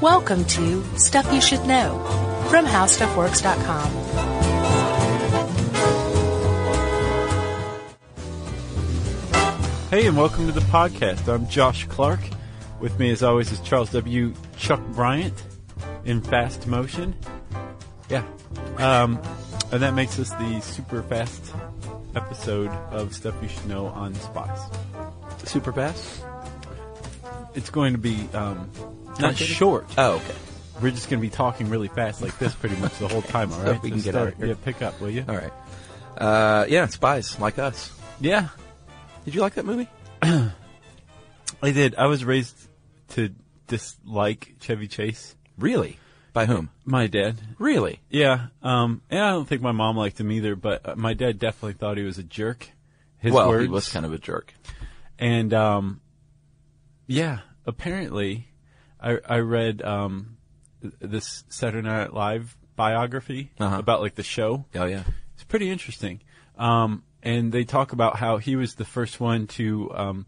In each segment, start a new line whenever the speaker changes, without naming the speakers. Welcome to Stuff You Should Know from HowStuffWorks.com.
Hey, and welcome to the podcast. I'm Josh Clark. With me, as always, is Charles W. Chuck Bryant in fast motion. Yeah. Um, and that makes us the super fast episode of Stuff You Should Know on Spies.
Super fast?
It's going to be um, not short.
Oh, okay.
We're just going to be talking really fast like this pretty much the whole time, all
So
right?
we can get
start-
out of here. Oh.
Yeah, pick up, will you?
All right. Uh, yeah, spies like us.
Yeah,
Did you like that movie?
I did. I was raised to dislike Chevy Chase.
Really? By whom?
My dad.
Really?
Yeah, um, and I don't think my mom liked him either, but uh, my dad definitely thought he was a jerk. His
well,
words.
he was kind of a jerk.
and um, yeah, apparently, I I read um, th- this Saturday Night Live biography
Uh-huh.
about like the show.
Oh yeah.
It's pretty interesting. Um, and they talk about how he was the first one to um,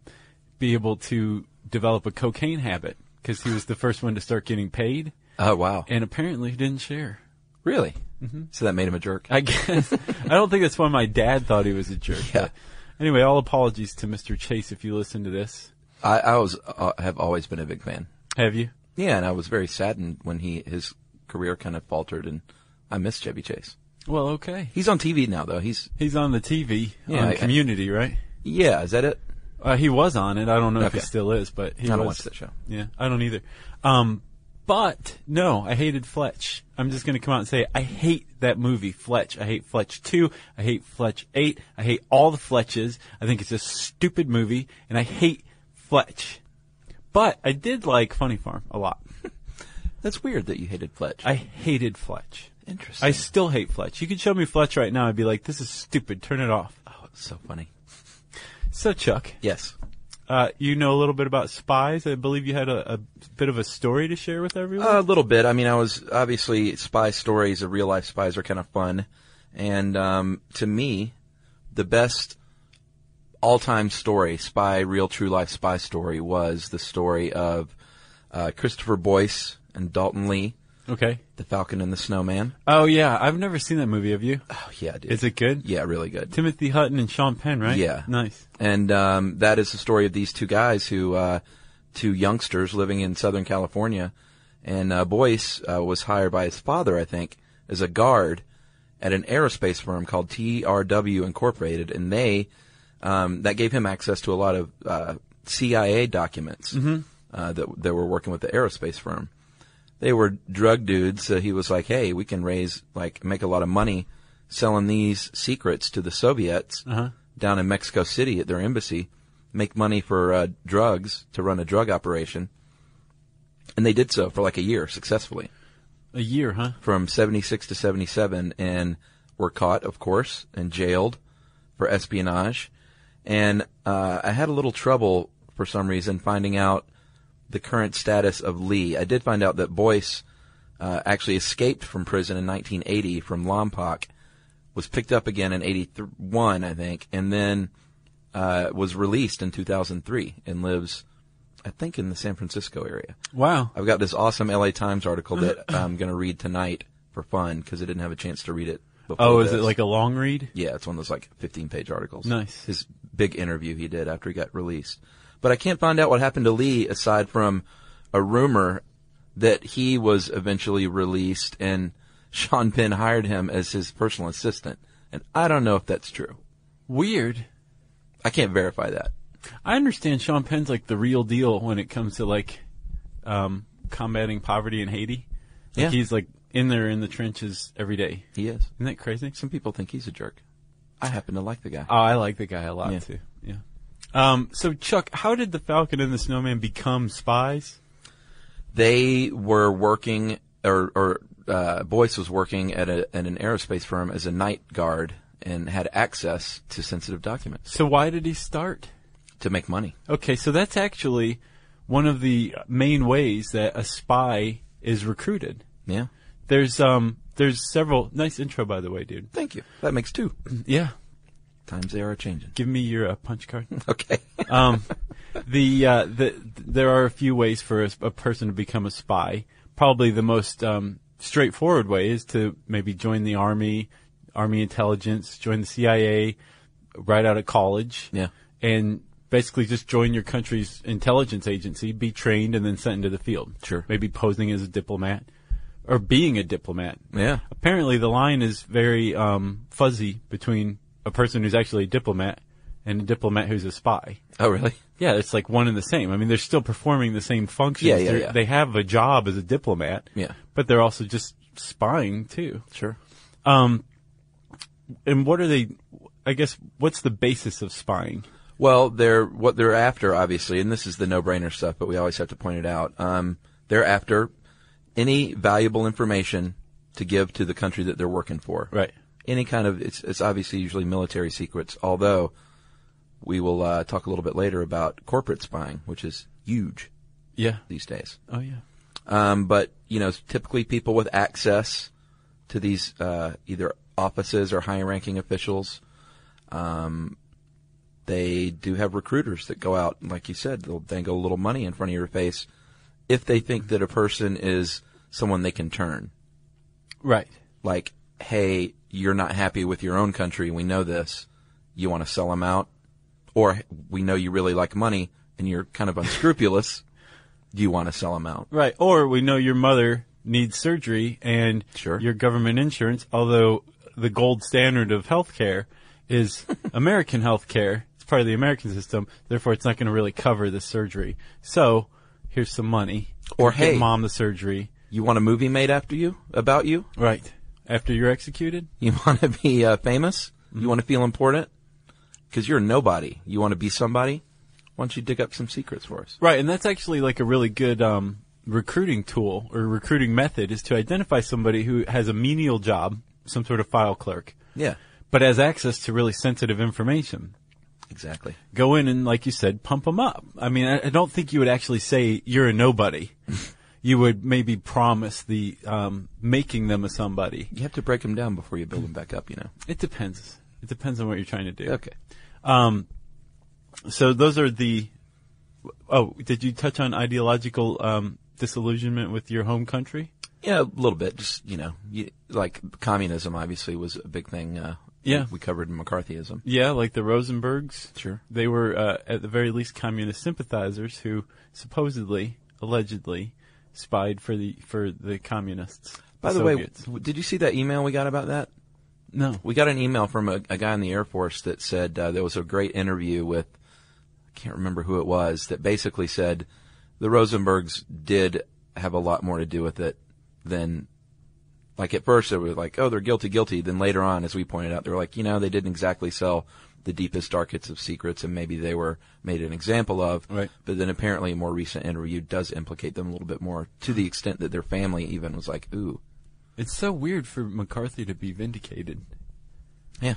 be able to develop a cocaine habit because he was the first one to start getting paid,
Oh wow.
and apparently he didn't share.
really? Mm-hmm. So that made him a jerk.
I guess. I don't think that's why my dad thought he was a jerk.
Yeah.
but Anyway, all apologies to Mr. Chase if you listen to this.
I, I was uh, have always been a big fan.
Have you?
Yeah, and I was very saddened when he his career kind of faltered, and I miss Chevy Chase.
Well, okay.
He's on TV now though. He's
He's on the TV
Yeah,
on
I-
Community, right?
yeah. Is that it?
Uh, he was on it. I don't know if he
Okay.
still is, but he
I
was.
don't watch that show.
Yeah, I don't either. Um, but no, I hated Fletch. I'm just going to come out and say it. I hate that movie, Fletch. I hate Fletch 2. I hate Fletch 8. I hate all the Fletches. I think it's a stupid movie, and I hate Fletch. But I did like Funny Farm a lot.
That's weird that you hated Fletch.
I hated Fletch.
Interesting.
I still hate Fletch. You could show me Fletch right now, I'd be like, this is stupid. Turn it off.
oh, it's so funny.
So, Chuck,
Yes.
uh, you know a little bit about spies. I believe you had a, a bit of a story to share with everyone.
Uh, a little bit. I mean, I was obviously spy stories of real life spies are kind of fun, and um, to me, the best all time story, spy, real true life spy story, was the story of uh, Christopher Boyce and Dalton Lee,
okay.
The Falcon and the Snowman.
Oh yeah, I've never seen that movie. Have you?
Oh yeah, dude.
Is it good?
Yeah, really good.
Timothy Hutton and Sean Penn, right?
Yeah.
Nice.
And um, that is the story of these two guys who, uh, two youngsters living in Southern California. And uh, Boyce uh, was hired by his father, I think, as a guard at an aerospace firm called TRW Incorporated, and they um, that gave him access to a lot of uh, CIA documents
Mm-hmm.
uh, that that were working with the aerospace firm. They were drug dudes, so he was like, "Hey, we can raise like make a lot of money selling these secrets to the Soviets down in Mexico City at their embassy, make money for uh, drugs to run a drug operation." And they did so for like a year successfully
A year, huh?
from 76 to 77 and were caught, of course, and jailed for espionage. And uh, I had a little trouble for some reason finding out the current status of Lee. I did find out that Boyce uh, actually escaped from prison in 1980 from Lompoc, was picked up again in 81, I think, and then uh, was released in 2003 and lives, I think, in the San Francisco area.
Wow.
I've got this awesome LA Times article that
Uh-huh.
I'm going to read tonight for fun because I didn't have a chance to read it before.
Oh, is it
this.
like a long read?
Yeah, it's one of those like 15 page articles.
Nice.
His big interview he did after he got released. But I can't find out what happened to Lee aside from a rumor that he was eventually released and Sean Penn hired him as his personal assistant. And I don't know if that's true.
Weird.
I can't verify that.
I understand Sean Penn's like the real deal when it comes to like um, combating poverty in Haiti. Like
Yeah.
he's like in there in the trenches every day.
He is.
Isn't that crazy?
Some people think he's a jerk. I happen to like the guy.
Oh, I like the guy a lot
Yeah.
too. Yeah. Um, so Chuck, how did the Falcon and the Snowman become spies?
they were working, or, or uh, Boyce was working at, a, at an aerospace firm as a night guard and had access to sensitive documents
So why did he start?
to make money.
Okay, so that's actually one of the main ways that a spy is recruited.
Yeah.
There's um there's several nice intro by the way, dude.
Thank you. That makes two.
Yeah.
Times they are changing.
Give me your uh, punch card.
Okay.
Um, the, uh, the there are a few ways for a, s- a person to become a spy. Probably the most um, straightforward way is to maybe join the army, army intelligence, join the CIA, right out of college.
Yeah.
and basically just join your country's intelligence agency, be trained, and then sent into the field.
Sure.
maybe posing as a diplomat or being a diplomat.
Yeah.
Apparently, the line is very um, fuzzy between a person who's actually a diplomat and a diplomat who's a spy.
Oh, really?
Yeah, it's like one and the same. I mean, they're still performing the same functions.
Yeah, yeah,
They're-
yeah.
They have a job as a diplomat.
Yeah.
But they're also just spying too.
Sure.
Um, and what are they, I guess, what's the basis of spying?
Well, they're what they're after, obviously, and this is the no-brainer stuff, but we always have to point it out. Um, they're after any valuable information to give to the country that they're working for.
Right.
Any kind of it's it's obviously usually military secrets. Although we will uh, talk a little bit later about corporate spying, which is huge
Yeah.
these days.
Oh, yeah.
Um, but you know, typically people with access to these uh, either offices or high-ranking officials, um, they do have recruiters that go out, and like you said, they'll dangle a little money in front of your face if they think that a person is someone they can turn.
Right.
Like, hey, you're not happy with your own country. We know this. You want to sell them out, or we know you really like money and you're kind of unscrupulous. Do you want to sell them out?
Right. Or we know your mother needs surgery and
Sure.
your government insurance, although the gold standard of healthcare is American healthcare. It's part of the American system. Therefore, it's not going to really cover the surgery. So here's some money.
Or,
Get
hey-
mom the surgery.
You want a movie made after you, about you?
Right. After you're executed?
You want to be uh, famous? You want to feel important? Because you're a nobody. You want to be somebody? Why don't you dig up some secrets for us?
Right, and that's actually like a really good um, recruiting tool or recruiting method is to identify somebody who has a menial job, some sort of file clerk,
Yeah,
but has access to really sensitive information.
exactly.
Go in and, like you said, pump them up. I mean, I, I don't think you would actually say you're a nobody. you would maybe promise the um, making them a somebody.
You have to break them down before you build them back up, you know.
It depends. It depends on what you're trying to do.
Okay.
Um, so those are the. Oh, did you touch on ideological um, disillusionment with your home country?
Yeah, a little bit. Just, you know, you, like communism obviously was a big thing uh,
Yeah.
we covered in McCarthyism.
Yeah, like the Rosenbergs.
Sure.
They were, uh, at the very least, communist sympathizers who supposedly, allegedly, spied for the for the communists.
By the
Soviets.
way, w- did you see that email we got about that?
no.
We got an email from a, a guy in the Air Force that said uh, there was a great interview with, I can't remember who it was, that basically said the Rosenbergs did have a lot more to do with it than, like at first they were like, oh, they're guilty, guilty. Then later on, as we pointed out, they were like, you know, they didn't exactly sell the deepest, darkest of secrets and maybe they were made an example of.
Right.
But then apparently a more recent interview does implicate them a little bit more to the extent that their family even was like, ooh,
It's so weird for McCarthy to be vindicated.
yeah,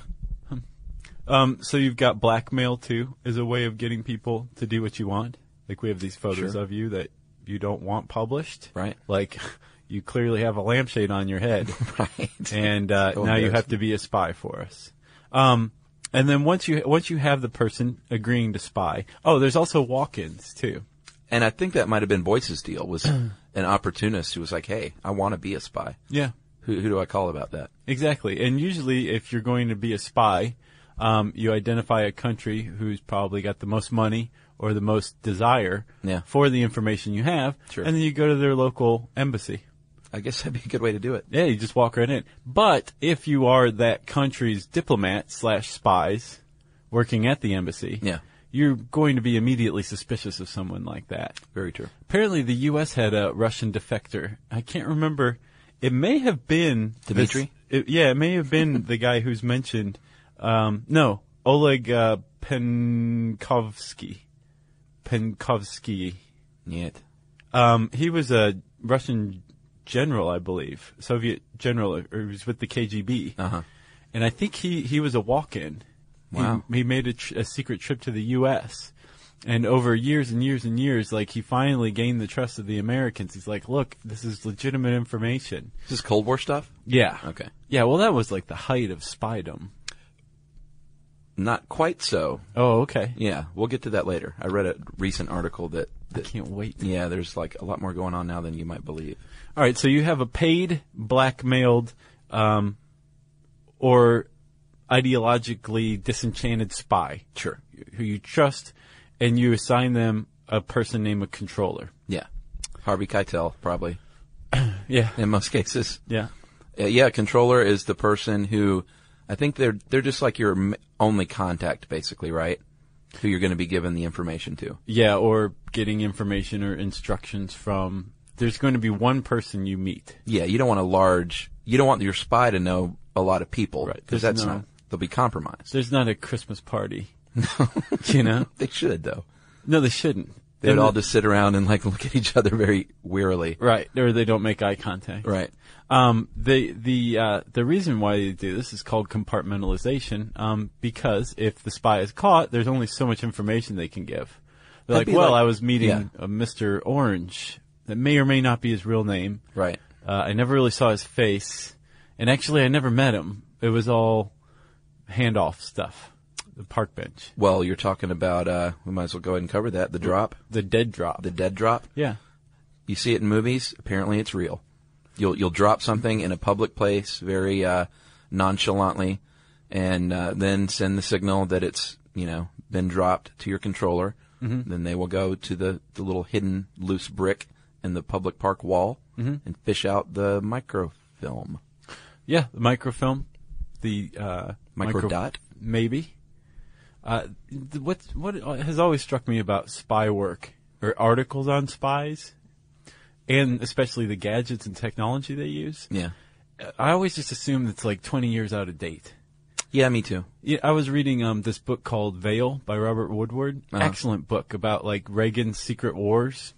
Um, so you've got blackmail too as a way of getting people to do what you want. Like we have these photos
Sure.
of you that you don't want published.
Right.
Like you clearly have a lampshade on your head
right.
and, uh,
So
now you have
embarrassing.
to be a spy for us. Um, and then once you, once you have the person agreeing to spy, oh, there's also walk-ins too.
And I think that might have been Boyce's deal was an opportunist who was like, "Hey, I want to be a spy.
Yeah.
Who, who do I call about that?"
Exactly. And usually, if you're going to be a spy, um, you identify a country who's probably got the most money or the most desire
Yeah.
for the information you have,
Sure.
and then you go to their local embassy.
I guess that'd be a good way to do it.
Yeah, you just walk right in. But if you are that country's diplomat slash spies working at the embassy,
Yeah.
you're going to be immediately suspicious of someone like that.
Very true.
Apparently, the U.S. had a Russian defector. I can't remember. It may have been this-
Dmitry?
it- yeah, it may have been the guy who's mentioned. Um, no, Oleg uh, Penkovsky. Penkovsky.
Yet.
Um, he was a Russian general, I believe, Soviet general, or he was with the KGB.
Uh-huh.
And I think he, he was a walk-in. He-
Wow.
He, made a, tr- a secret trip to the U.S. And over years and years and years, like he finally gained the trust of the Americans. He's like, look, this is legitimate information.
Is this Cold War stuff?
Yeah.
Okay.
Yeah. Well, that was like the height of spydom.
Not quite so.
Oh, okay.
Yeah, we'll get to that later. I read a recent article that,
I
that
can't wait.
yeah, there's like a lot more going on now than you might believe.
All right, so you have a paid, blackmailed, um, or ideologically disenchanted spy. Sure. Who you trust, and you assign them a person named a controller.
Yeah, Harvey Keitel probably
Yeah.
in most cases.
Yeah.
Uh, yeah, controller is the person who I think they're they're just like your m- only contact basically, right? Who you're going to be giving the information to.
Yeah, or getting information or instructions from. There's going to be one person you meet.
Yeah, you don't want a large. You don't want your spy to know a lot of people,
Right,
Because
there's
that's
no-
not. They'll be compromised.
There's not a Christmas party. you know?
They should though.
No, they shouldn't.
They would
And
all
the-
just sit around and like look at each other very wearily.
Right, or they don't make eye contact.
Right.
Um, the the uh, the reason why they do this is called compartmentalization. Um, because if the spy is caught, there's only so much information they can give. They're like,
That'd be
well,
like-
I was meeting
yeah.
a Mr. Orange. That may or may not be his real name.
Right.
Uh, I never really saw his face, and actually, I never met him. It was all handoff stuff. The park bench,
Well, you're talking about. Uh, we might as well go ahead and cover that. The drop,
the dead drop.
the dead drop.
yeah,
You see it in movies. Apparently, it's real. You'll you'll drop something in a public place very uh, nonchalantly, and uh, then send the signal that it's you know been dropped to your controller. Then they will go to the the little hidden loose brick in the public park wall and fish out the microfilm.
yeah. The microfilm, the uh,
Micro dot?
maybe. Uh, th- what what has always struck me about spy work or articles on spies, and especially the gadgets and technology they use.
Yeah,
I always just assume it's like twenty years out of date.
yeah, me too.
Yeah, I was reading um this book called Veil by Robert Woodward. Excellent book about like Reagan's secret wars.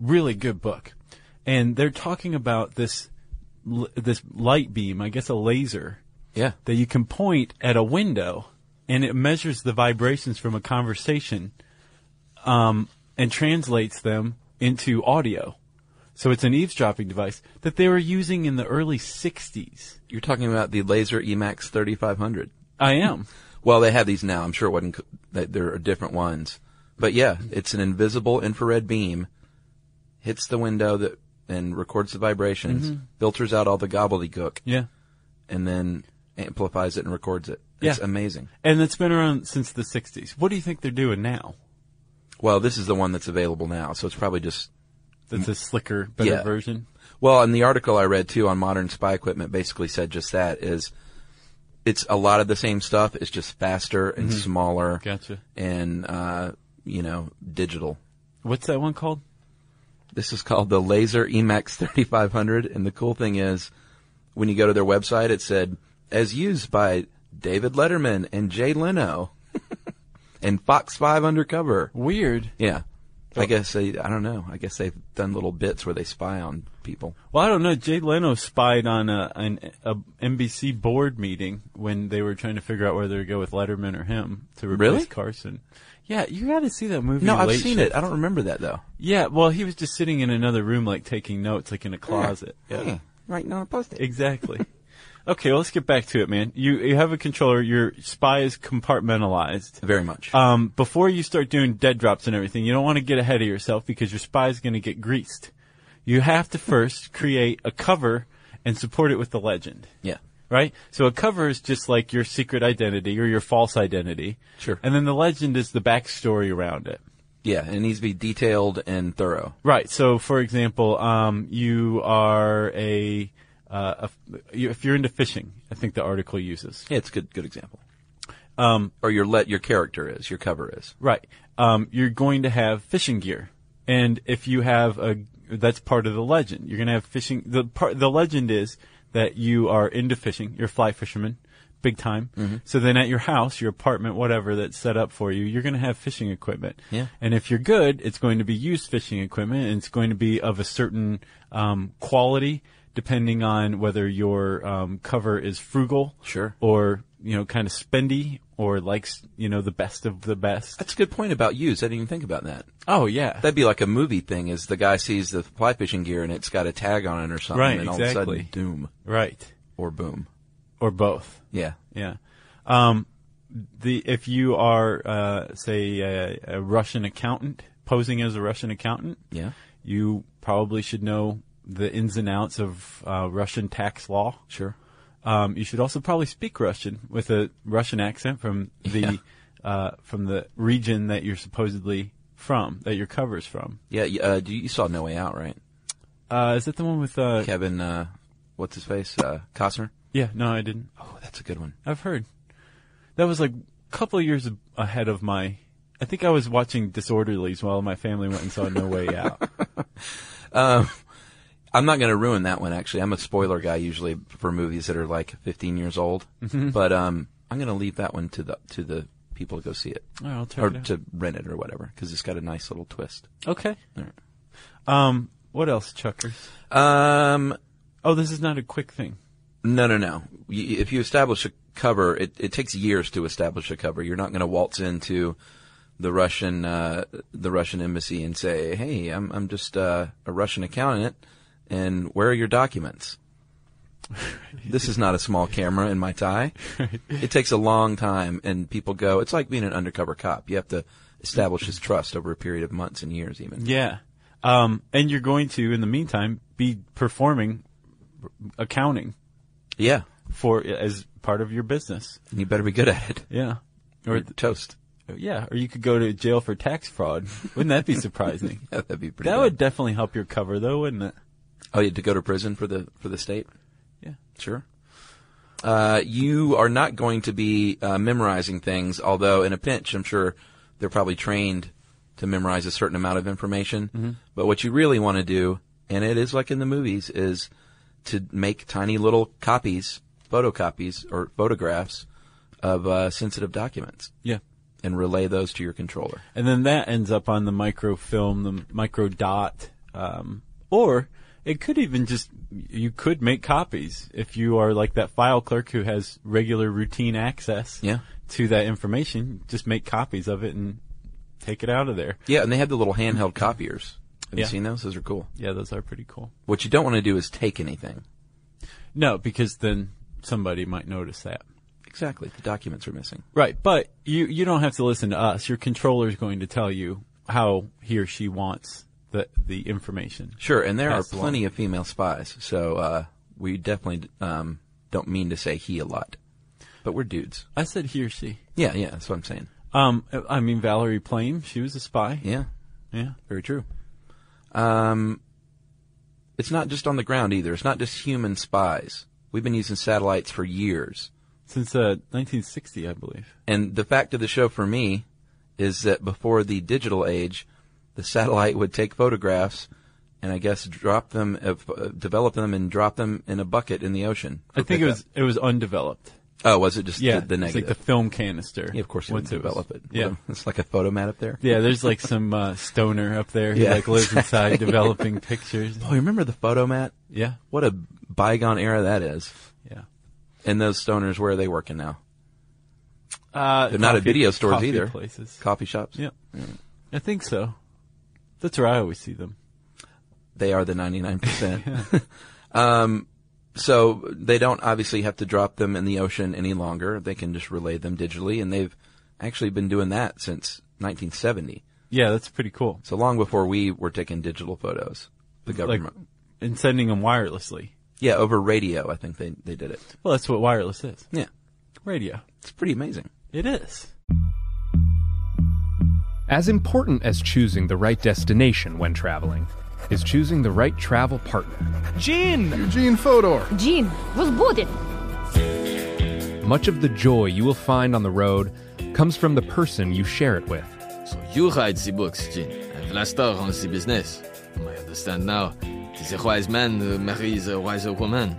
Really good book. And they're talking about this l- this light beam, I guess a laser
Yeah,
that you can point at a window and it measures the vibrations from a conversation um, and translates them into audio. So it's an eavesdropping device that they were using in the early 60s.
you're talking about the Laser E Emax 3500.
I am.
Well, they have these now. I'm sure it wasn't. co- that There are different ones, but yeah, it's an invisible infrared beam, hits the window that and records the vibrations, filters out all the gobbledygook,
yeah.
and then amplifies it and records it. It's
Yeah.
amazing.
And it's been around since the 60s. What do you think they're doing now?
Well, this is the one that's available now, so it's probably just.
That's a slicker, better
Yeah.
version.
Well, and the article I read too on modern spy equipment basically said just that is, it's a lot of the same stuff. It's just faster and smaller.
Gotcha.
And uh, you know, digital.
What's that one called?
This is called the Laser Emax 3500, and the cool thing is, when you go to their website, it said as used by David Letterman and Jay Leno, and Fox Five Undercover.
Weird.
Yeah, I guess they. I don't know. I guess they've done little bits where they spy on people.
Well, I don't know. Jay Leno spied on a, an a NBC board meeting when they were trying to figure out whether to go with Letterman or him to replace
Really?
Carson. Yeah, you got to see that movie.
No, I've
Late
seen
Shift.
it. I don't remember that though.
Yeah, well, he was just sitting in another room, like taking notes, like in a closet.
Right now, I posted.
Exactly. okay, well, let's get back to it, man. You you have a controller. Your spy is compartmentalized.
Very much.
Um, before you start doing dead drops and everything, you don't want to get ahead of yourself because your spy is going to get greased. You have to first create a cover and support it with the legend
yeah.
right? So a cover is just like your secret identity or your false identity.
Sure.
And then the legend is the backstory around it.
Yeah, and it needs to be detailed and thorough.
Right. So, for example, um, you are a, uh, a f- you, if you're into fishing, I think the article uses.
Yeah, it's a good good example. Um, or your let your character is your cover is
Right. Um, you're going to have fishing gear, and if you have a, that's part of the legend. You're going to have fishing. The part the legend is that you are into fishing. You're a fly fisherman, big time.
Mm-hmm.
So then at your house, your apartment, whatever that's set up for you, you're going to have fishing equipment.
Yeah.
And if you're good, it's going to be used fishing equipment, and it's going to be of a certain um, quality, depending on whether your um, cover is frugal,
Sure.
or you know, kind of spendy, or likes you know the best of the best.
That's a good point about used. I didn't even think about that.
Oh yeah,
That'd be like a movie thing. Is the guy sees the fly fishing gear and it's got a tag on it or something,
Right,
and all of a
exactly.
sudden, doom
right,
or boom.
or both.
Yeah,
Yeah. Um, the if you are uh, say a, a Russian accountant posing as a Russian accountant,
yeah,
you probably should know the ins and outs of uh, Russian tax law.
sure.
Um, you should also probably speak Russian with a Russian accent from the uh, from the region that you're supposedly from, that your cover's from.
Yeah, y- uh, do you, you saw No Way Out, right?
Uh, is that the one with? Uh,
Kevin, uh, what's his face? Uh, Costner.
yeah, no, I didn't.
Oh, that's a good one.
I've heard. That was like a couple of years a- ahead of my. I think I was watching Disorderlies while my family went and saw No Way Out.
I'm not going to ruin that one. Actually, I'm a spoiler guy usually for movies that are like 15 years old,
Mm-hmm.
but um, I'm going to leave that one to the to the people to go see it
All right, I'll check
or
it out.
to rent it or whatever because it's got a nice little twist.
Okay. Um, what else, Chuckers?
Um,
Oh, this is not a quick thing.
no, no, no. Y- If you establish a cover, it, it takes years to establish a cover. You're not going to waltz into the Russian uh, the Russian embassy and say, "Hey, I'm I'm just uh, a Russian accountant, and where are your documents?" this is not a small camera in my tie. It takes a long time, and people go. It's like being an undercover cop. You have to establish his trust over a period of months and years, even.
Yeah. Um, and you're going to, in the meantime, be performing accounting
Yeah,
for as part of your business.
and you better be good at it.
Yeah.
Or toast.
Yeah. Or you could go to jail for tax fraud. Wouldn't that be surprising?
That'd be pretty.
that
bad.
would definitely help your cover, though, wouldn't it?
Oh, you had to go to prison for the for the state.
Yeah.
Sure. Uh, you are not going to be uh, memorizing things, although in a pinch, I'm sure they're probably trained to memorize a certain amount of information. But what you really want to do, and it is like in the movies, is to make tiny little copies, photocopies or photographs of uh, sensitive documents,
Yeah.
and relay those to your controller.
And then that ends up on the microfilm, the micro dot, um, or it could even just, you could make copies if you are like that file clerk who has regular routine access
Yeah.
to that information. Just make copies of it and take it out of there.
Yeah, and they have the little handheld copiers. Have
Yeah.
you seen those? Those are cool.
Yeah, those are pretty cool.
What you don't want to do is take anything.
No, because then somebody might notice that.
Exactly. The documents are missing.
Right, but you, you don't have to listen to us. Your controller is going to tell you how he or she wants the, the information.
Sure, and there
Pass
are
along.
plenty of female spies, so uh, we definitely um, don't mean to say he a lot, but we're dudes.
I said he or she.
Yeah, yeah, that's what I'm saying.
Um, I mean Valerie Plame. She was a spy.
Yeah,
Yeah.
very true. Um, it's not just on the ground either. It's not just human spies. We've been using satellites for years,
Since uh, 1960, I believe.
and the fact of the show for me is that before the digital age, the satellite would take photographs. And I guess drop them, uh, f- uh, develop them, and drop them in a bucket in the ocean. for
I think it
pickup.
was it was undeveloped.
Oh, was it just
Yeah,
the, the
it's like
negative?
the film canister.
Yeah, of course you
Once
would develop it.
was- Yeah.
It's like a photo mat up there.
Yeah, there's like some uh, stoner up there who
Yeah,
like lives inside developing pictures.
Oh, you remember the photo mat?
Yeah,
What a bygone era that is.
yeah.
And those stoners, where are they working now?
Uh,
They're not at
coffee-
video stores
coffee
either.
Places.
Coffee shops.
Yeah, I think so. That's where I always see them.
They are the 99%. um, so they don't obviously have to drop them in the ocean any longer. They can just relay them digitally. And they've actually been doing that since 1970.
Yeah, that's pretty cool.
So long before we were taking digital photos, the
Like,
government.
and sending them wirelessly.
yeah, over radio, I think they, they did it.
Well, that's what wireless is.
Yeah.
Radio.
It's pretty amazing.
It is.
As important as choosing the right destination when traveling is choosing the right travel partner.
Gin!
Eugene Fodor.
Gene, возбудит.
Much of the joy you will find on the road comes from the person you share it with.
So you hide the books, Jin, and Vlastar on the business. I understand now. It is a wise man who marries a wiser woman.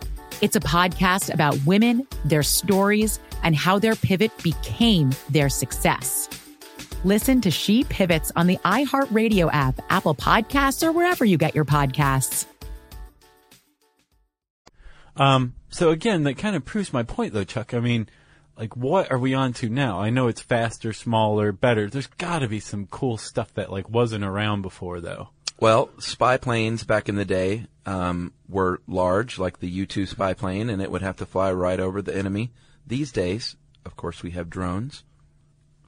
It's a podcast about women, their stories, and how their pivot became their success. Listen to She Pivots on the iHeartRadio app, Apple Podcasts, or wherever you get your podcasts.
Um, so again, that kind of proves my point, though, Chuck. I mean, like, what are we on to now? I know it's faster, smaller, better. There's got to be some cool stuff that like wasn't around before, though.
Well, spy planes back in the day um, were large, like the U-2 spy plane, and it would have to fly right over the enemy. These days, of course, we have drones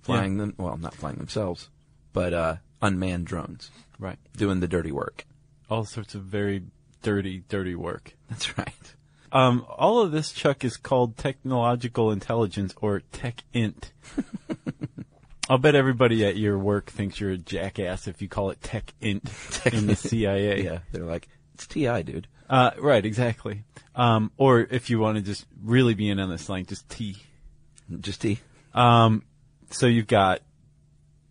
flying them. Well, not flying themselves, but uh, unmanned drones
Right.
doing the dirty work.
All sorts of very dirty, dirty work.
That's right.
Um, all of this, Chuck, is called technological intelligence or tech int. I'll bet everybody at your work thinks you're a jackass if you call it tech int in the CIA.
Yeah, they're like it's TI, dude.
Uh, right, exactly. Um, or if you want to just really be in on this slang, just T.
Just T.
Um, so you've got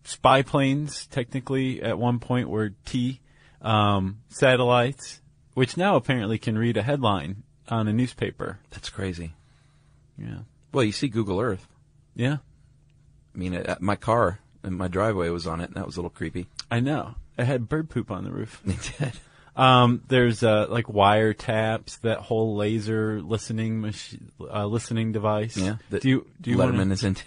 spy planes, technically, at one point were T, um, satellites, which now apparently can read a headline on a newspaper.
That's crazy.
Yeah.
Well, you see Google Earth.
Yeah.
I mean, uh, my car in my driveway was on it, and that was a little creepy.
I know. It had bird poop on the roof.
It did.
Um, there's, uh, like wiretaps, that whole laser listening machine, uh, listening device.
Yeah. that
Do you, do you
Letterman
want to,
is into?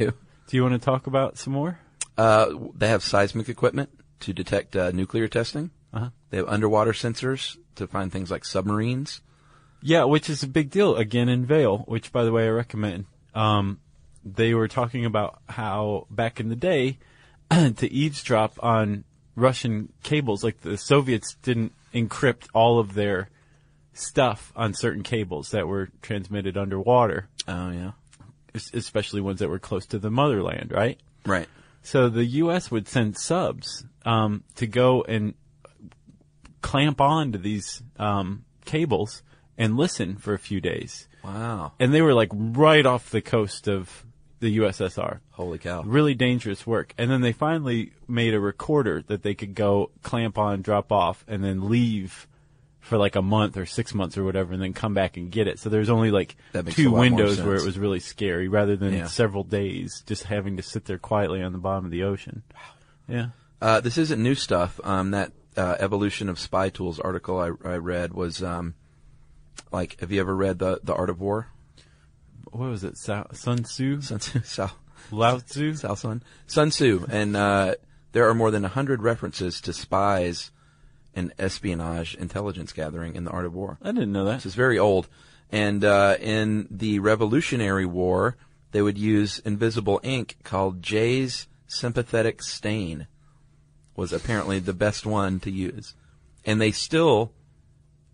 do you want to talk about some more?
Uh, they have seismic equipment to detect uh, nuclear testing.
Uh-huh.
They have underwater sensors to find things like submarines.
Yeah, which is a big deal again in Vale, which by the way I recommend. Um, they were talking about how back in the day to eavesdrop on Russian cables, like the Soviets didn't encrypt all of their stuff on certain cables that were transmitted underwater,
Oh yeah,
es- especially ones that were close to the motherland, right?
right.
So the U.S. would send subs um, to go and clamp on to these um, cables and listen for a few days,
Wow,
and they were like right off the coast of the USSR.
holy cow!
Really dangerous work. And then they finally made a recorder that they could go clamp on, drop off, and then leave for like a month or six months or whatever, and then come back and get it. So there's only like
That makes a
two
lot more
windows
sense.
where it was really scary rather than
Yeah.
several days just having to sit there quietly on the bottom of the ocean. Yeah.
Uh, this isn't new stuff. Um, that uh, evolution of spy tools article I, I read was um, like, have you ever read the the Art of War?
What was it? Sa- Sun Tzu?
Sun Tzu, Sao,
Lao Tzu?
Sao Sun, Sun Tzu, and uh, there are more than hundred references to spies and espionage intelligence gathering in the Art of War.
I didn't know
This
that.
is very old. And uh, in the Revolutionary War, they would use invisible ink called Jay's sympathetic stain. Was apparently the best one to use, and they still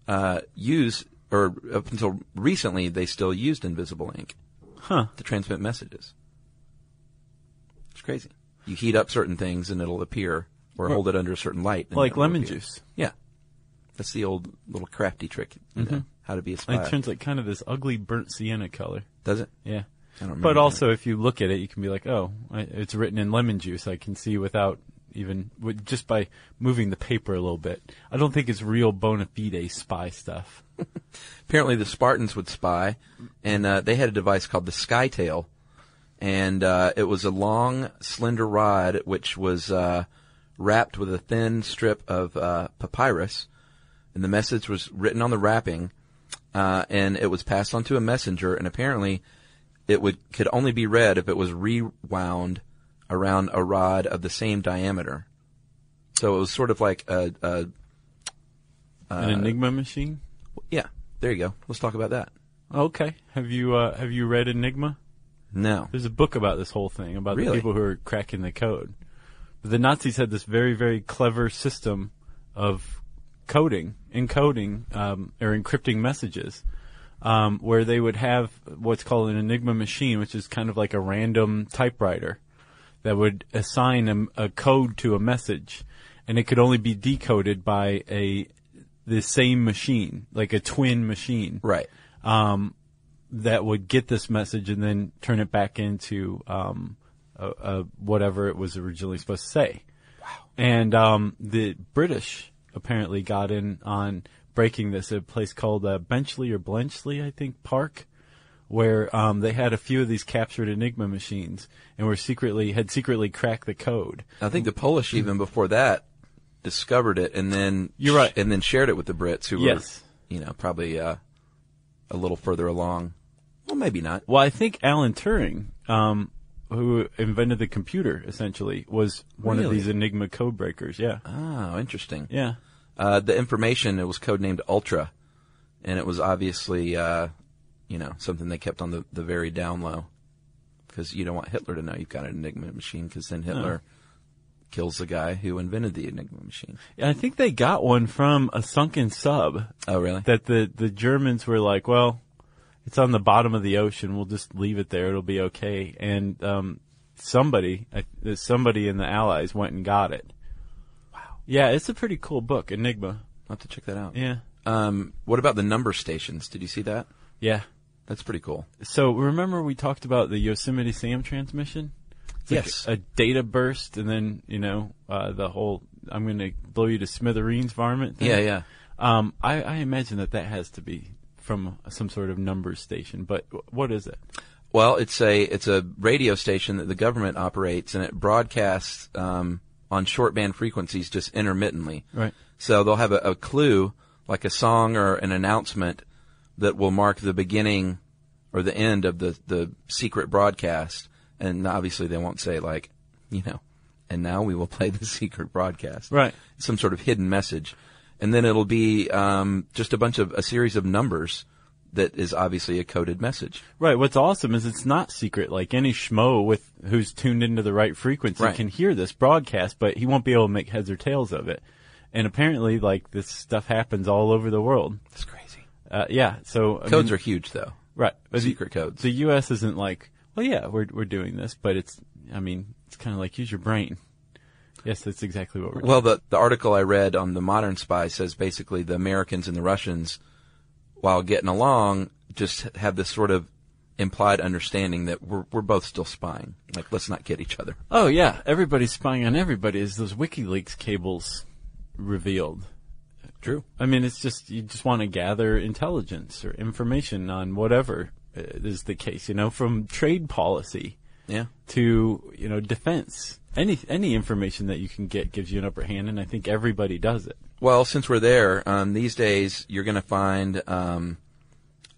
uh, use, or up until recently, they still used invisible ink
Huh.
to transmit messages. It's crazy. You heat up certain things and it'll appear, or hold it under a certain light. and
Like
it'll
lemon
appear.
juice.
Yeah, that's the old little crafty trick. you know, how to be a spy.
Mm-hmm. It turns like kind of this ugly burnt sienna color.
Does it?
Yeah.
I don't remember
But
that.
also, if you look at it, you can be like, "Oh, I, it's written in lemon juice." I can see without even with, just by moving the paper a little bit. I don't think it's real bona fide spy stuff.
apparently the Spartans would spy, and uh, they had a device called the Skytail, and uh, it was a long, slender rod which was uh, wrapped with a thin strip of uh, papyrus, and the message was written on the wrapping, uh, and it was passed on to a messenger, and apparently it would could only be read if it was rewound around a rod of the same diameter. So it was sort of like a, a
An Enigma machine.
yeah. There you go. Let's talk about that.
Okay. Have you uh, have you read Enigma?
No.
There's a book about this whole thing about the
Really?
people who are cracking the code. But the Nazis had this very very clever system of coding, encoding, um, or encrypting messages, um, where they would have what's called an Enigma machine, which is kind of like a random typewriter that would assign a, a code to a message, and it could only be decoded by a the same machine, like a twin machine
Right.
that would get this message and then turn it back into um, a, a whatever it was originally supposed to say. Wow. And um, the British apparently got in on breaking this at a place called uh, Benchley or Blenchley, I think, Park, where um, they had a few of these captured Enigma machines and were secretly had secretly cracked the code.
I think the Polish even before that discovered it and then
Mm-hmm. You're right.
and then shared it with the Brits who
Yes.
were you know probably uh, a little further along. Well, maybe not.
Well, I think Alan Turing, um, who invented the computer, essentially, was one of
Really?
these Enigma code breakers. Yeah.
Oh, interesting.
Yeah.
Uh, the information it was codenamed Ultra, and it was obviously uh, you know something they kept on the, the very down low because you don't want Hitler to know you've got an Enigma machine because then Hitler kills the guy who invented the Enigma machine.
I think they got one from a sunken sub
Oh, really?
that the, the Germans were like, well, it's on the bottom of the ocean. We'll just leave it there. It'll be okay. And, um, somebody, I, uh, somebody in the Allies went and got it. Wow. Yeah, it's a pretty cool book, Enigma.
I'll have to check that out.
Yeah.
Um, what about the number stations? Did you see that?
Yeah.
That's pretty cool.
So remember we talked about the Yosemite Sam transmission? It's like
Yes.
a data burst and then, you know, uh, the whole, I'm going to blow you to smithereens varmint thing.
Yeah, yeah.
Um, I, I imagine that that has to be from some sort of numbers station, but w- what is it?
Well, it's a it's a radio station that the government operates, and it broadcasts um, on shortband frequencies just intermittently.
Right.
So they'll have a, a clue, like a song or an announcement, that will mark the beginning or the end of the the secret broadcast. And obviously, they won't say like, you know, and now we will play the secret broadcast.
Right.
Some sort of hidden message, and then it'll be um, just a bunch of a series of numbers that is obviously a coded message.
Right. What's awesome is it's not secret. Like any schmo with who's tuned into the right frequency
Right.
can hear this broadcast, but he won't be able to make heads or tails of it. And apparently, like this stuff happens all over the world.
That's crazy.
Uh, yeah. So I
Codes
mean-
are huge, though.
right. But the-
secret codes.
The U.S. isn't like, well, yeah, we're we're doing this, but it's. I mean, it's kind of like use your brain. Yes, that's exactly what we're. doing.
Well, the the article I read on the Modern Spy says basically the Americans and the Russians, while getting along, just have this sort of implied understanding that we're we're both still spying. Like, let's not kid each other.
Oh yeah, everybody's spying on everybody as those WikiLeaks cables revealed.
True.
I mean, it's just you just want to gather intelligence or information on whatever uh, is the case, you know, from trade policy
Yeah.
to you know defense. Any any information that you can get gives you an upper hand, and I think everybody does it.
Well, since we're there, um, these days you're going to find um,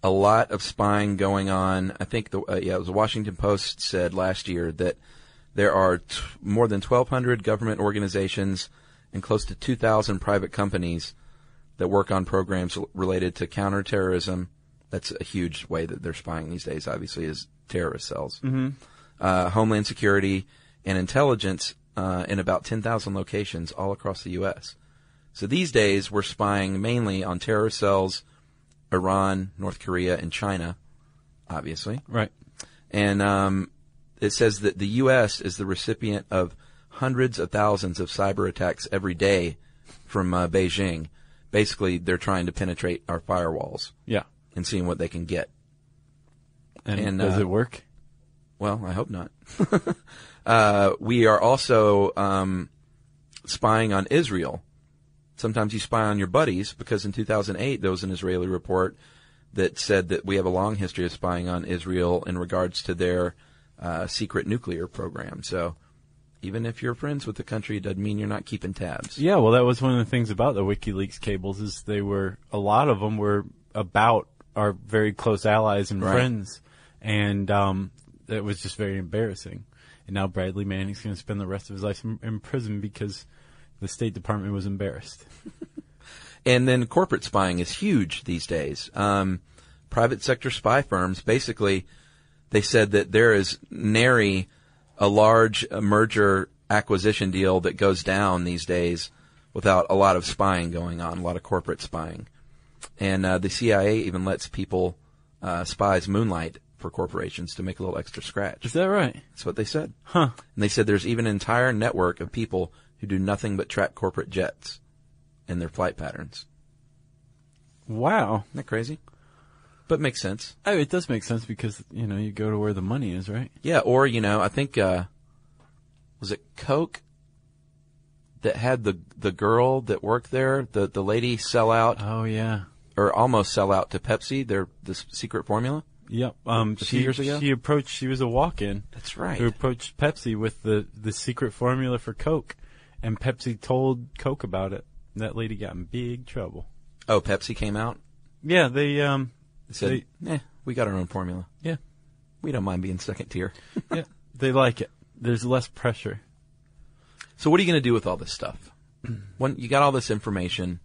a lot of spying going on. I think the uh, yeah, it was the Washington Post said last year that there are t- more than 1,200 government organizations and close to 2,000 private companies that work on programs l- related to counterterrorism. That's a huge way that they're spying these days. Obviously, is terrorist cells, mm-hmm. uh, homeland security, and intelligence uh, in about 10,000 locations all across the U.S. So these days, we're spying mainly on terror cells, Iran, North Korea, and China, obviously.
Right.
And um, it says that the U.S. is the recipient of hundreds of thousands of cyber attacks every day from uh, Beijing. Basically, they're trying to penetrate our firewalls
Yeah.
and seeing what they can get.
And,
And,
does
uh,
it work?
Well, I hope not. uh, we are also um, spying on Israel. Sometimes you spy on your buddies because in 2008 there was an Israeli report that said that we have a long history of spying on Israel in regards to their uh, secret nuclear program. So even if you're friends with the country, it doesn't mean you're not keeping tabs.
Yeah, well, that was one of the things about the WikiLeaks cables is they were a lot of them were about our very close allies and
Right.
friends, and um, it was just very embarrassing. And now Bradley Manning's going to spend the rest of his life in, in prison because the State Department was embarrassed.
And then corporate spying is huge these days. Um, private sector spy firms basically they said that there is nary a large uh, merger acquisition deal that goes down these days without a lot of spying going on, a lot of corporate spying. And uh, the CIA even lets people uh, spies moonlight for corporations to make a little extra scratch.
Is that right?
That's what they said.
Huh.
And they said there's even an entire network of people who do nothing but track corporate jets and their flight patterns.
Wow.
Isn't that crazy? But makes sense.
Oh, it does make sense because you know you go to where the money is, right?
Yeah, or you know, I think uh was it Coke that had the the girl that worked there, the the lady sell out
Oh yeah.
or almost sell out to Pepsi, their this secret formula?
Yep. Um,
A
she,
few years ago?
she approached. She was a walk-in.
That's right.
who approached Pepsi with the, the secret formula for Coke, and Pepsi told Coke about it. That lady got in big trouble.
Oh, Pepsi came out
Yeah, they um,
and said, "Eh, we got our own formula.
yeah,
We don't mind being second tier."
yeah, they like it. There's less pressure.
So what are you going to do with all this stuff? When you got all this information,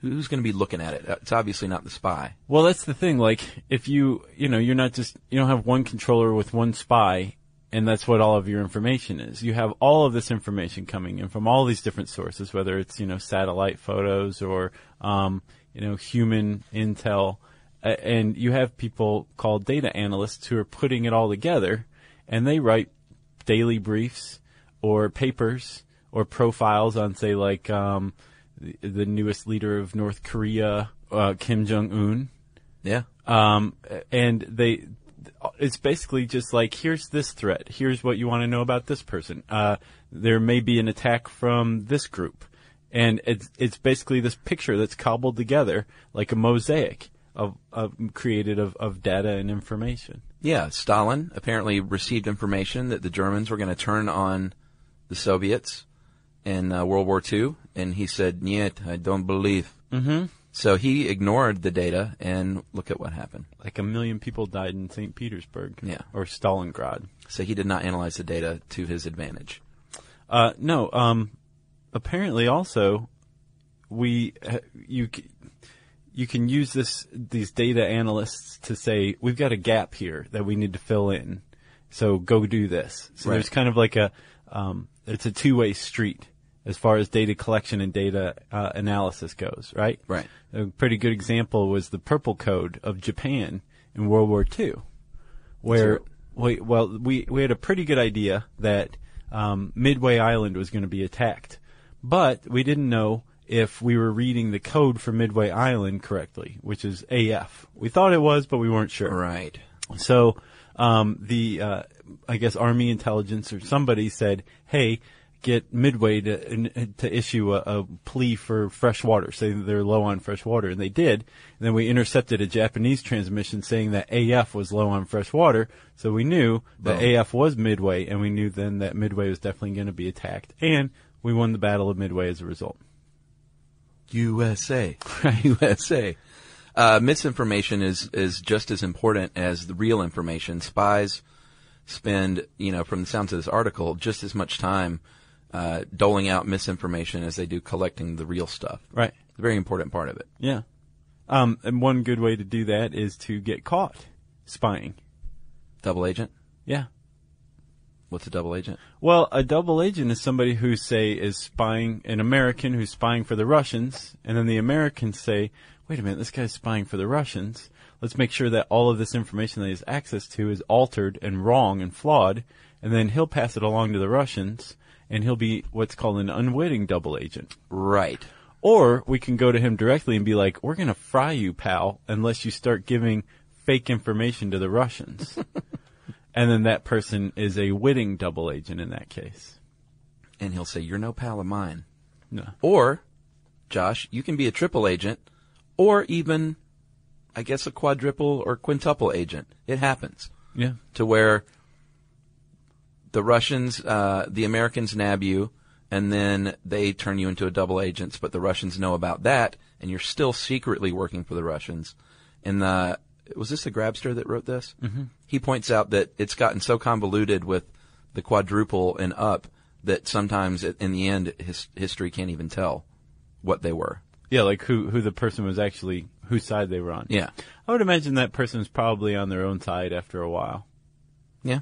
who- who's going to be looking at it? Uh, It's obviously not the spy.
Well, that's the thing. Like, if you, you know, you're not just, you don't have one controller with one spy, and that's what all of your information is. You have all of this information coming in from all these different sources, whether it's, you know, satellite photos or, um, you know, human intel. A- And you have people called data analysts who are putting it all together, and they write daily briefs or papers or profiles on, say, like, um, the- the newest leader of North Korea, uh, Kim Jong Un,
Yeah.
um, and they, it's basically just like, here's this threat. Here's what you want to know about this person. Uh, there may be an attack from this group. And it's, it's basically this picture that's cobbled together like a mosaic of, of created of, of data and information.
Yeah, Stalin apparently received information that the Germans were going to turn on the Soviets in uh, World War II, and he said, "Niet, I don't believe." Mm-hmm. So he ignored the data, and look at what happened.
Like a million people died in St. Petersburg.
Yeah.
Or Stalingrad.
So he did not analyze the data to his advantage.
Uh, no. Um, apparently, also, we uh, you c- you can use this these data analysts to say we've got a gap here that we need to fill in. So go do this. So
Right.
there's kind of like a um, it's a two way street as far as data collection and data uh, analysis goes, right?
Right.
A pretty good example was the Purple Code of Japan in World War II where we, well we we had a pretty good idea that um, Midway Island was going to be attacked, but we didn't know if we were reading the code for Midway Island correctly, which is AF. We thought it was, but we weren't sure.
Right.
So um, the uh, I guess Army intelligence or somebody said, "Hey, get Midway to in- to issue a, a plea for fresh water, saying that they're low on fresh water," and they did. And then we intercepted a Japanese transmission saying that AF was low on fresh water, so we knew that
Boom.
AF was Midway, and we knew then that Midway was definitely going to be attacked, and we won the Battle of Midway as a result.
USA. USA. Uh, misinformation is, is just as important as the real information. Spies spend, you know, from the sounds of this article, just as much time uh, doling out misinformation as they do collecting the real stuff.
Right.
It's a very important part of it.
Yeah. Um, and one good way to do that is to get caught spying.
Double agent.
Yeah.
What's a double agent?
Well, a double agent is somebody who say is spying an American who's spying for the Russians, and then the Americans say, "Wait a minute, this guy's spying for the Russians. Let's make sure that all of this information that he has access to is altered and wrong and flawed, and then he'll pass it along to the Russians, and he'll be what's called an unwitting double agent."
Right.
Or we can go to him directly and be like, "We're gonna fry you, pal, unless you start giving fake information to the Russians." and then that person is a witting double agent in that case.
And he'll say, You're no pal of mine.
No.
Or, Josh, you can be a triple agent, or even, I guess, a quadruple or quintuple agent. It happens
Yeah.
to where the Russians, uh, the Americans nab you, and then they turn you into a double agent, but the Russians know about that, and you're still secretly working for the Russians. And the, was this the Grabster that wrote this? Mm-hmm. He points out that it's gotten so convoluted with the quadruple and up that sometimes i- in the end, his, history can't even tell what they were.
Yeah, like who who the person was actually whose side they were on.
Yeah.
I would imagine that person's probably on their own side after a while.
Yeah.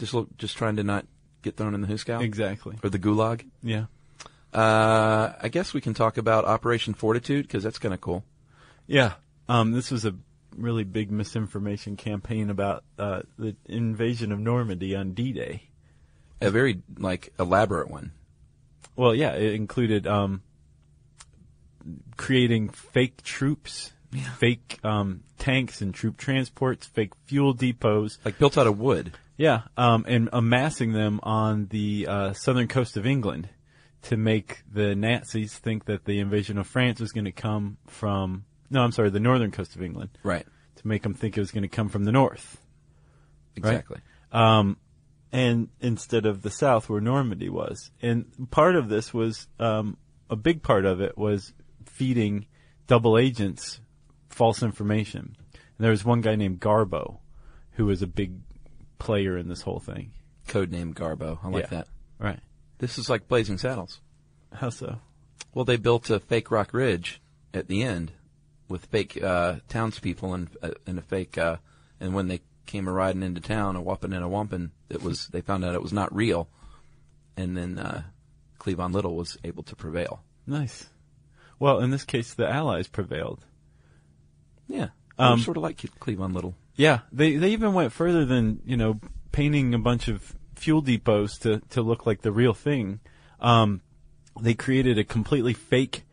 Just look, just trying to not get thrown in the hoosegow
Exactly.
or the gulag.
Yeah.
Uh, I guess we can talk about Operation Fortitude because that's kind of cool.
Yeah. Um, this was a really big misinformation campaign about uh, the invasion of Normandy on D-Day.
A very like elaborate one.
Well, yeah, it included um, creating fake troops, fake um, tanks and troop transports, fake fuel depots.
Like built out of wood.
Yeah, um, and amassing them on the uh, southern coast of England to make the Nazis think that the invasion of France was going to come from. No, I'm sorry, the northern coast of England
Right.
to make them think it was going to come from the north,
Exactly.
and instead of the south where Normandy was. And part of this was um, a big part of it was feeding double agents false information. And there was one guy named Garbo, who was a big player in this whole thing.
Codename Garbo. I like
Yeah.
that.
Right?
This is like Blazing Saddles.
How so?
Well, they built a fake Rock Ridge at the end with fake uh, townspeople and uh, and a fake. Uh, and when they came a riding into town, a whopping and a whomping, it was they found out it was not real. And then uh, Cleavon Little was able to prevail.
Nice. Well, in this case, the Allies prevailed.
Yeah,
Um,
sort of like Cle- Cleavon Little.
Yeah, they they even went further than you know painting a bunch of fuel depots to to look like the real thing. Um, they created a completely fake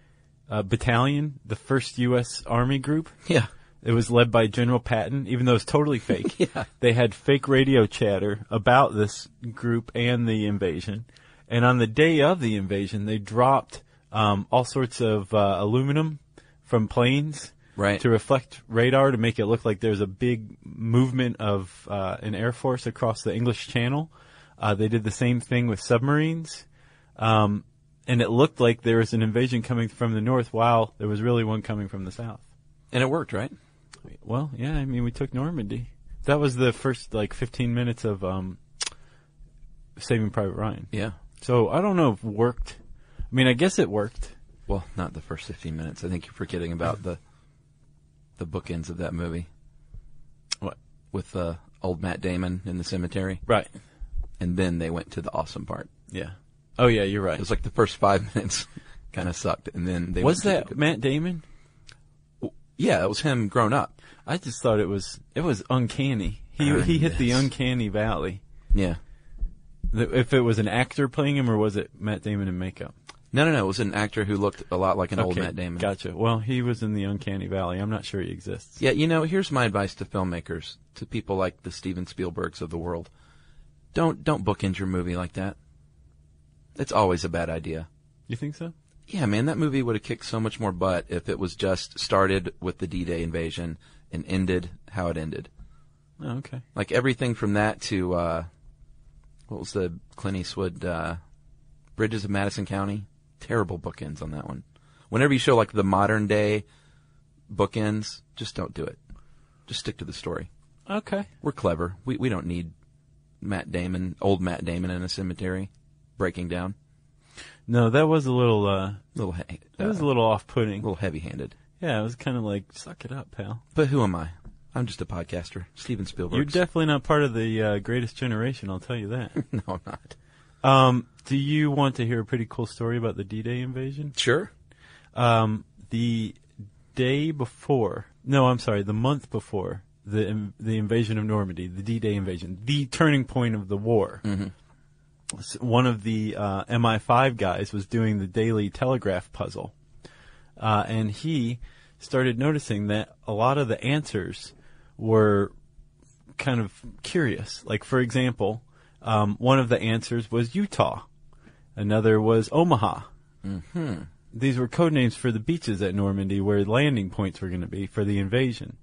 uh, battalion, the first U.S. Army group.
Yeah,
It was led by General Patton, even though it's totally fake. yeah. They had fake radio chatter about this group and the invasion. And on the day of the invasion, they dropped um, all sorts of uh, aluminum from planes
Right.
to reflect radar to make it look like there's a big movement of uh, an air force across the English Channel. Uh, they did the same thing with submarines. Um, and it looked like there was an invasion coming from the north while there was really one coming from the south.
and it worked, right?
Well, yeah, I mean, we took Normandy. That was the first like 15 minutes of um, Saving Private Ryan.
Yeah.
So I don't know if worked. I mean, I guess it worked.
Well, not the first 15 minutes. I think you're forgetting about the the bookends of that movie
What?
with uh, old Matt Damon in the cemetery,
Right.
and then they went to the awesome part.
Yeah. Oh yeah, you're right.
It was like the first five minutes kind of sucked, and then they
was
went to
that
the-
Matt Damon?
yeah, that was him grown up.
I just thought it was it was uncanny. He
Ah,
he hit the
yes.
uncanny valley.
Yeah,
Th- If it was an actor playing him, or was it Matt Damon in makeup?
no, no, no. It was an actor who looked a lot like an old
Okay,
Matt Damon.
Gotcha. Well, he was in the uncanny valley. I'm not sure he exists.
Yeah, you know, here's my advice to filmmakers, to people like the Steven Spielbergs of the world. Don't don't bookend your movie like that. It's always a bad idea.
You think so?
Yeah, man, that movie would have kicked so much more butt if it was just started with the D-Day invasion and ended how it ended.
Oh, okay.
Like everything from that to uh, what was the Clint Eastwood uh, Bridges of Madison County? Terrible bookends on that one. Whenever you show like the modern day bookends, just don't do it. Just stick to the story.
Okay.
We're clever. We we don't need Matt Damon, old Matt Damon in a cemetery, breaking down.
No, that was a little uh,
Little he-
That was
uh,
a little off putting.
little heavy handed.
Yeah, it was kind of like, suck it up, pal.
But who am I? I'm just a podcaster. Steven Spielberg.
You're definitely not part of the uh, greatest generation, I'll tell you that.
no, I'm not.
um, do you want to hear a pretty cool story about the D Day invasion?
Sure.
Um, the day before, no, I'm sorry, the month before the in- the invasion of Normandy, the D-Day invasion, the turning point of the war. S- One of the uh, MI5 guys was doing the Daily Telegraph puzzle, uh, and he started noticing that a lot of the answers were kind of curious. Like, for example, um, one of the answers was Utah, another was Omaha
Mm-hmm.
these were code names for the beaches at Normandy where landing points were going to be for the invasion.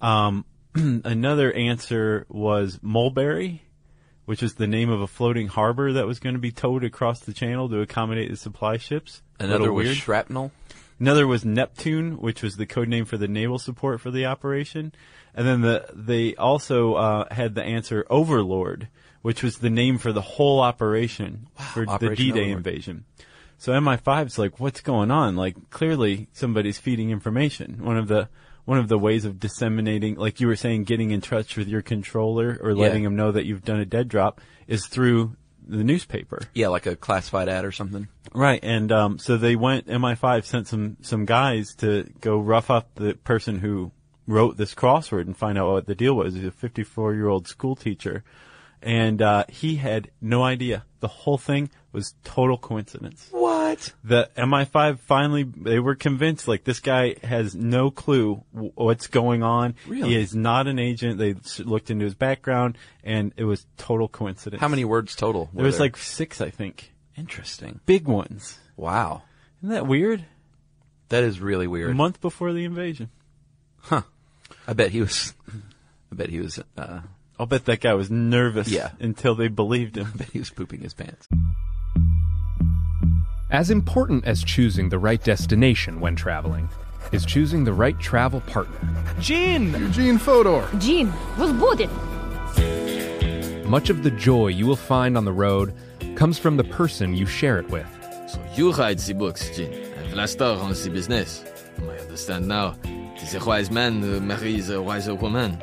Um, another answer was Mulberry, which is the name of a floating harbor that was going to be towed across the channel to accommodate the supply ships.
Another
Little
was
weird.
shrapnel.
Another was Neptune, which was the code name for the naval support for the operation. And then the, they also uh, had the answer Overlord, which was the name for the whole operation for the
Operation
D-Day
Overlord.
invasion. So MI5's like, what's going on? Like, clearly somebody's feeding information. One of the one of the ways of disseminating, like you were saying, getting in touch with your controller or letting them know that you've done a dead drop is through the newspaper.
Yeah, like a classified ad or something.
Right, and um, so they went. MI5 sent some some guys to go rough up the person who wrote this crossword and find out what the deal was. He's a 54 year old school teacher, and uh, he had no idea. The whole thing was total coincidence.
What?
The MI5 finally they were convinced like this guy has no clue w- what's going on.
Really?
He is not an agent. They s- looked into his background, and it was total coincidence.
How many words total? were
There was
there?
like six, I think,
interesting.
big ones.
Wow,
Isn't that weird?
that is really
A
weird.
month before the invasion.
I bet he was. I bet he was. Uh,
I'll bet that guy was nervous
Yeah.
until they believed him.
I bet he was pooping his pants.
As important as choosing the right destination when traveling is choosing the right travel partner.
Gin!
Eugene Fodor.
Jean, was booted.
Much of the joy you will find on the road comes from the person you share it with.
So you hide the books, Jin, and Vlastar runs the business. I understand now. Tis a wise man who marries a wiser woman.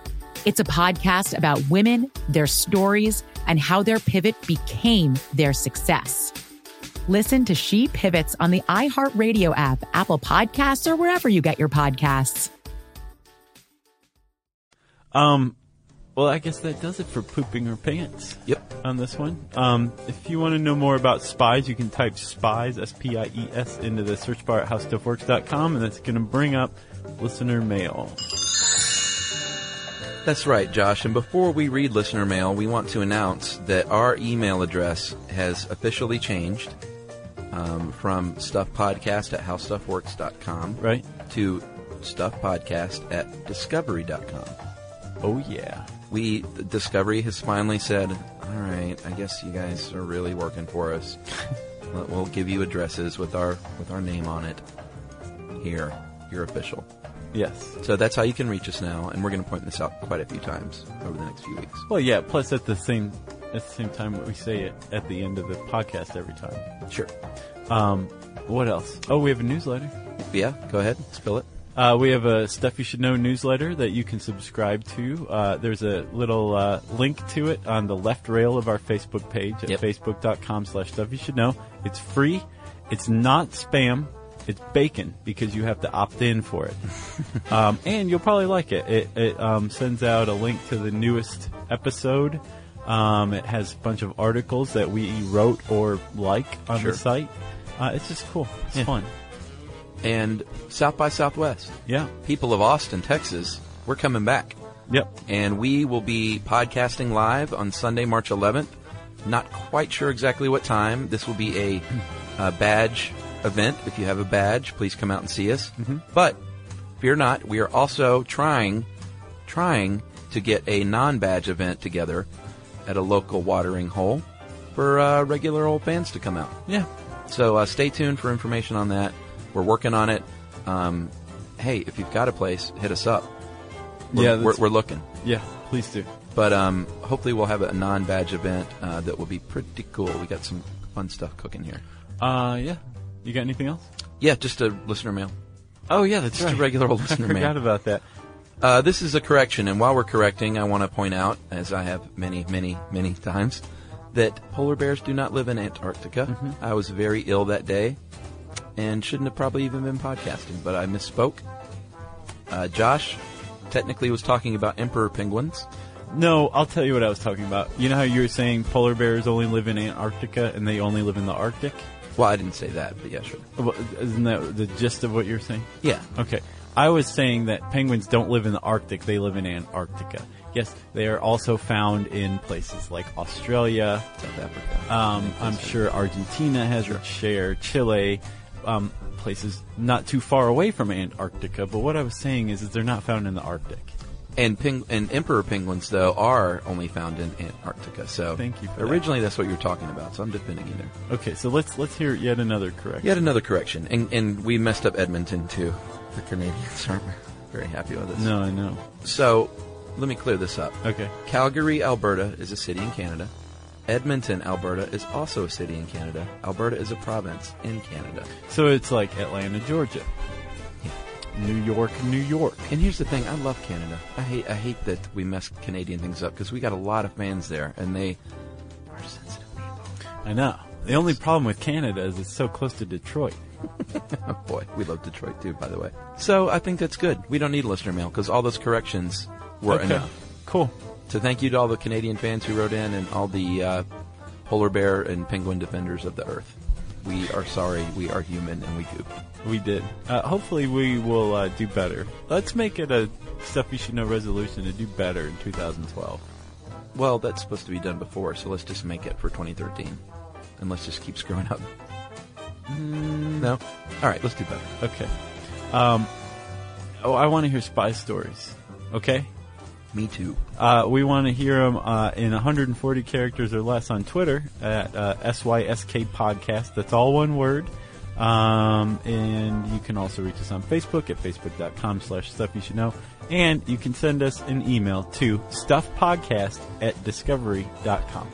It's a podcast about women, their stories, and how their pivot became their success. Listen to She Pivots on the iHeartRadio app, Apple Podcasts, or wherever you get your podcasts.
Um, well, I guess that does it for pooping her pants.
Yep.
On this one. Um, if you want to know more about spies, you can type spies, S-P-I-E-S, E into the search bar at howstuffworks.com, and that's going to bring up listener mail.
That's right, Josh. And before we read listener mail, we want to announce that our email address has officially changed um, from stuffpodcast at howstuffworks.com
Right?
to stuffpodcast at discovery.com.
Oh, yeah.
We, the Discovery has finally said, all right, I guess you guys are really working for us. We'll- we'll give you addresses with our, with our name on it. Here, you're official.
Yes.
So that's how you can reach us now, and we're going to point this out quite a few times over the next few weeks.
Well, yeah, plus at the same That's the same time that we say it at the end of the podcast every time.
Sure.
Um, what else? Oh, we have a newsletter.
Yeah, go ahead. Spill it.
Uh, we have a Stuff You Should Know newsletter that you can subscribe to. Uh, there's a little uh, link to it on the left rail of our Facebook page at
Yep.
facebook.com slash Stuff You Should Know. It's free. It's not spam. It's bacon because you have to opt in for it. um, and you'll probably like it. It, it um, sends out a link to the newest episode. Um, it has a bunch of articles that we wrote or like on
Sure.
the site. Uh, it's just cool. It's
Yeah.
fun.
And South by Southwest.
Yeah.
People of Austin, Texas, we're coming back.
Yep.
And we will be podcasting live on Sunday, March 11th. Not quite sure exactly what time. This will be a, uh badge event. If you have a badge, please come out and see us.
Mm-hmm.
But fear not, we are also trying, trying to get a non-badge event together at a local watering hole for uh, regular old fans to come out.
Yeah.
So uh, stay tuned for information on that. We're working on it. Um, hey, if you've got a place, hit us up. We're,
Yeah, that's-
we're, we're looking.
Yeah. Please do.
But um, hopefully, we'll have a non-badge event uh, that will be pretty cool. We got some fun stuff cooking here.
Uh, yeah. You got anything else?
Yeah, just a listener mail.
Oh, yeah, that's
Just a regular old listener
I forgot
mail.
about that.
Uh, this is a correction, and while we're correcting, I want to point out, as I have many, many, many times, that polar bears do not live in Antarctica.
Mm-hmm.
I was very ill that day, and shouldn't have probably even been podcasting, but I misspoke. Uh, Josh technically was talking about emperor penguins.
No, I'll tell you what I was talking about. You know how you were saying polar bears only live in Antarctica and they only live in the Arctic?
Well, I didn't say that, but yeah, sure.
Well, Isn't that the gist of what you're saying?
Yeah,
Okay. I was saying that penguins don't live in the Arctic, they live in Antarctica. Yes, they are also found in places like Australia,
South Africa.
Um, I'm sure Argentina has a share, Chile, um, places not too far away from Antarctica. But what I was saying is that they're not found in the Arctic.
And ping- and emperor penguins though are only found in Antarctica. So
Thank you for that.
originally, that's what you were talking about. So I'm defending you there.
Okay, so let's let's hear yet another correction.
Yet another correction, and and we messed up Edmonton too. The Canadians aren't very happy with us.
No, I know.
So let me clear this up.
Okay.
Calgary, Alberta, is a city in Canada. Edmonton, Alberta, is also a city in Canada. Alberta is a province in Canada.
So it's like Atlanta, Georgia, New York, New York.
And here's the thing: I love Canada. I hate I hate that we mess Canadian things up because we got a lot of fans there, and they are sensitive people.
I know. The only problem with Canada is it's so close to Detroit.
Oh boy, we love Detroit too, by the way. So I think that's good. We don't need listener mail because all those corrections were
okay.
enough.
Cool.
So thank you to all the Canadian fans who wrote in and all the uh, polar bear and penguin defenders of the earth. We are sorry. We are human and we gooped.
We did. Uh, hopefully, we will uh, do better. Let's make it a stuff you should know resolution to do better in 2012.
Well, that's supposed to be done before, so let's just make it for 2013. And let's just keep screwing up. No? All right, let's do better.
Okay. Um, oh, I want to hear spy stories. Okay.
Me too.
Uh, we want to hear them uh, in 140 characters or less on Twitter at uh, SYSK Podcast. That's all one word. Um, and you can also reach us on Facebook at facebook.com slash stuff you should know. And you can send us an email to stuffpodcast at discovery.com.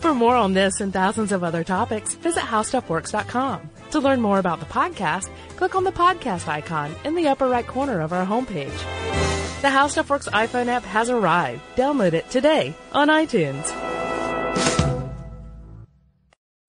For more on this and thousands of other topics, visit howstuffworks.com. To learn more about the podcast, click on the podcast icon in the upper right corner of our homepage. The How Stuff Works iPhone app has arrived. Download it today on iTunes.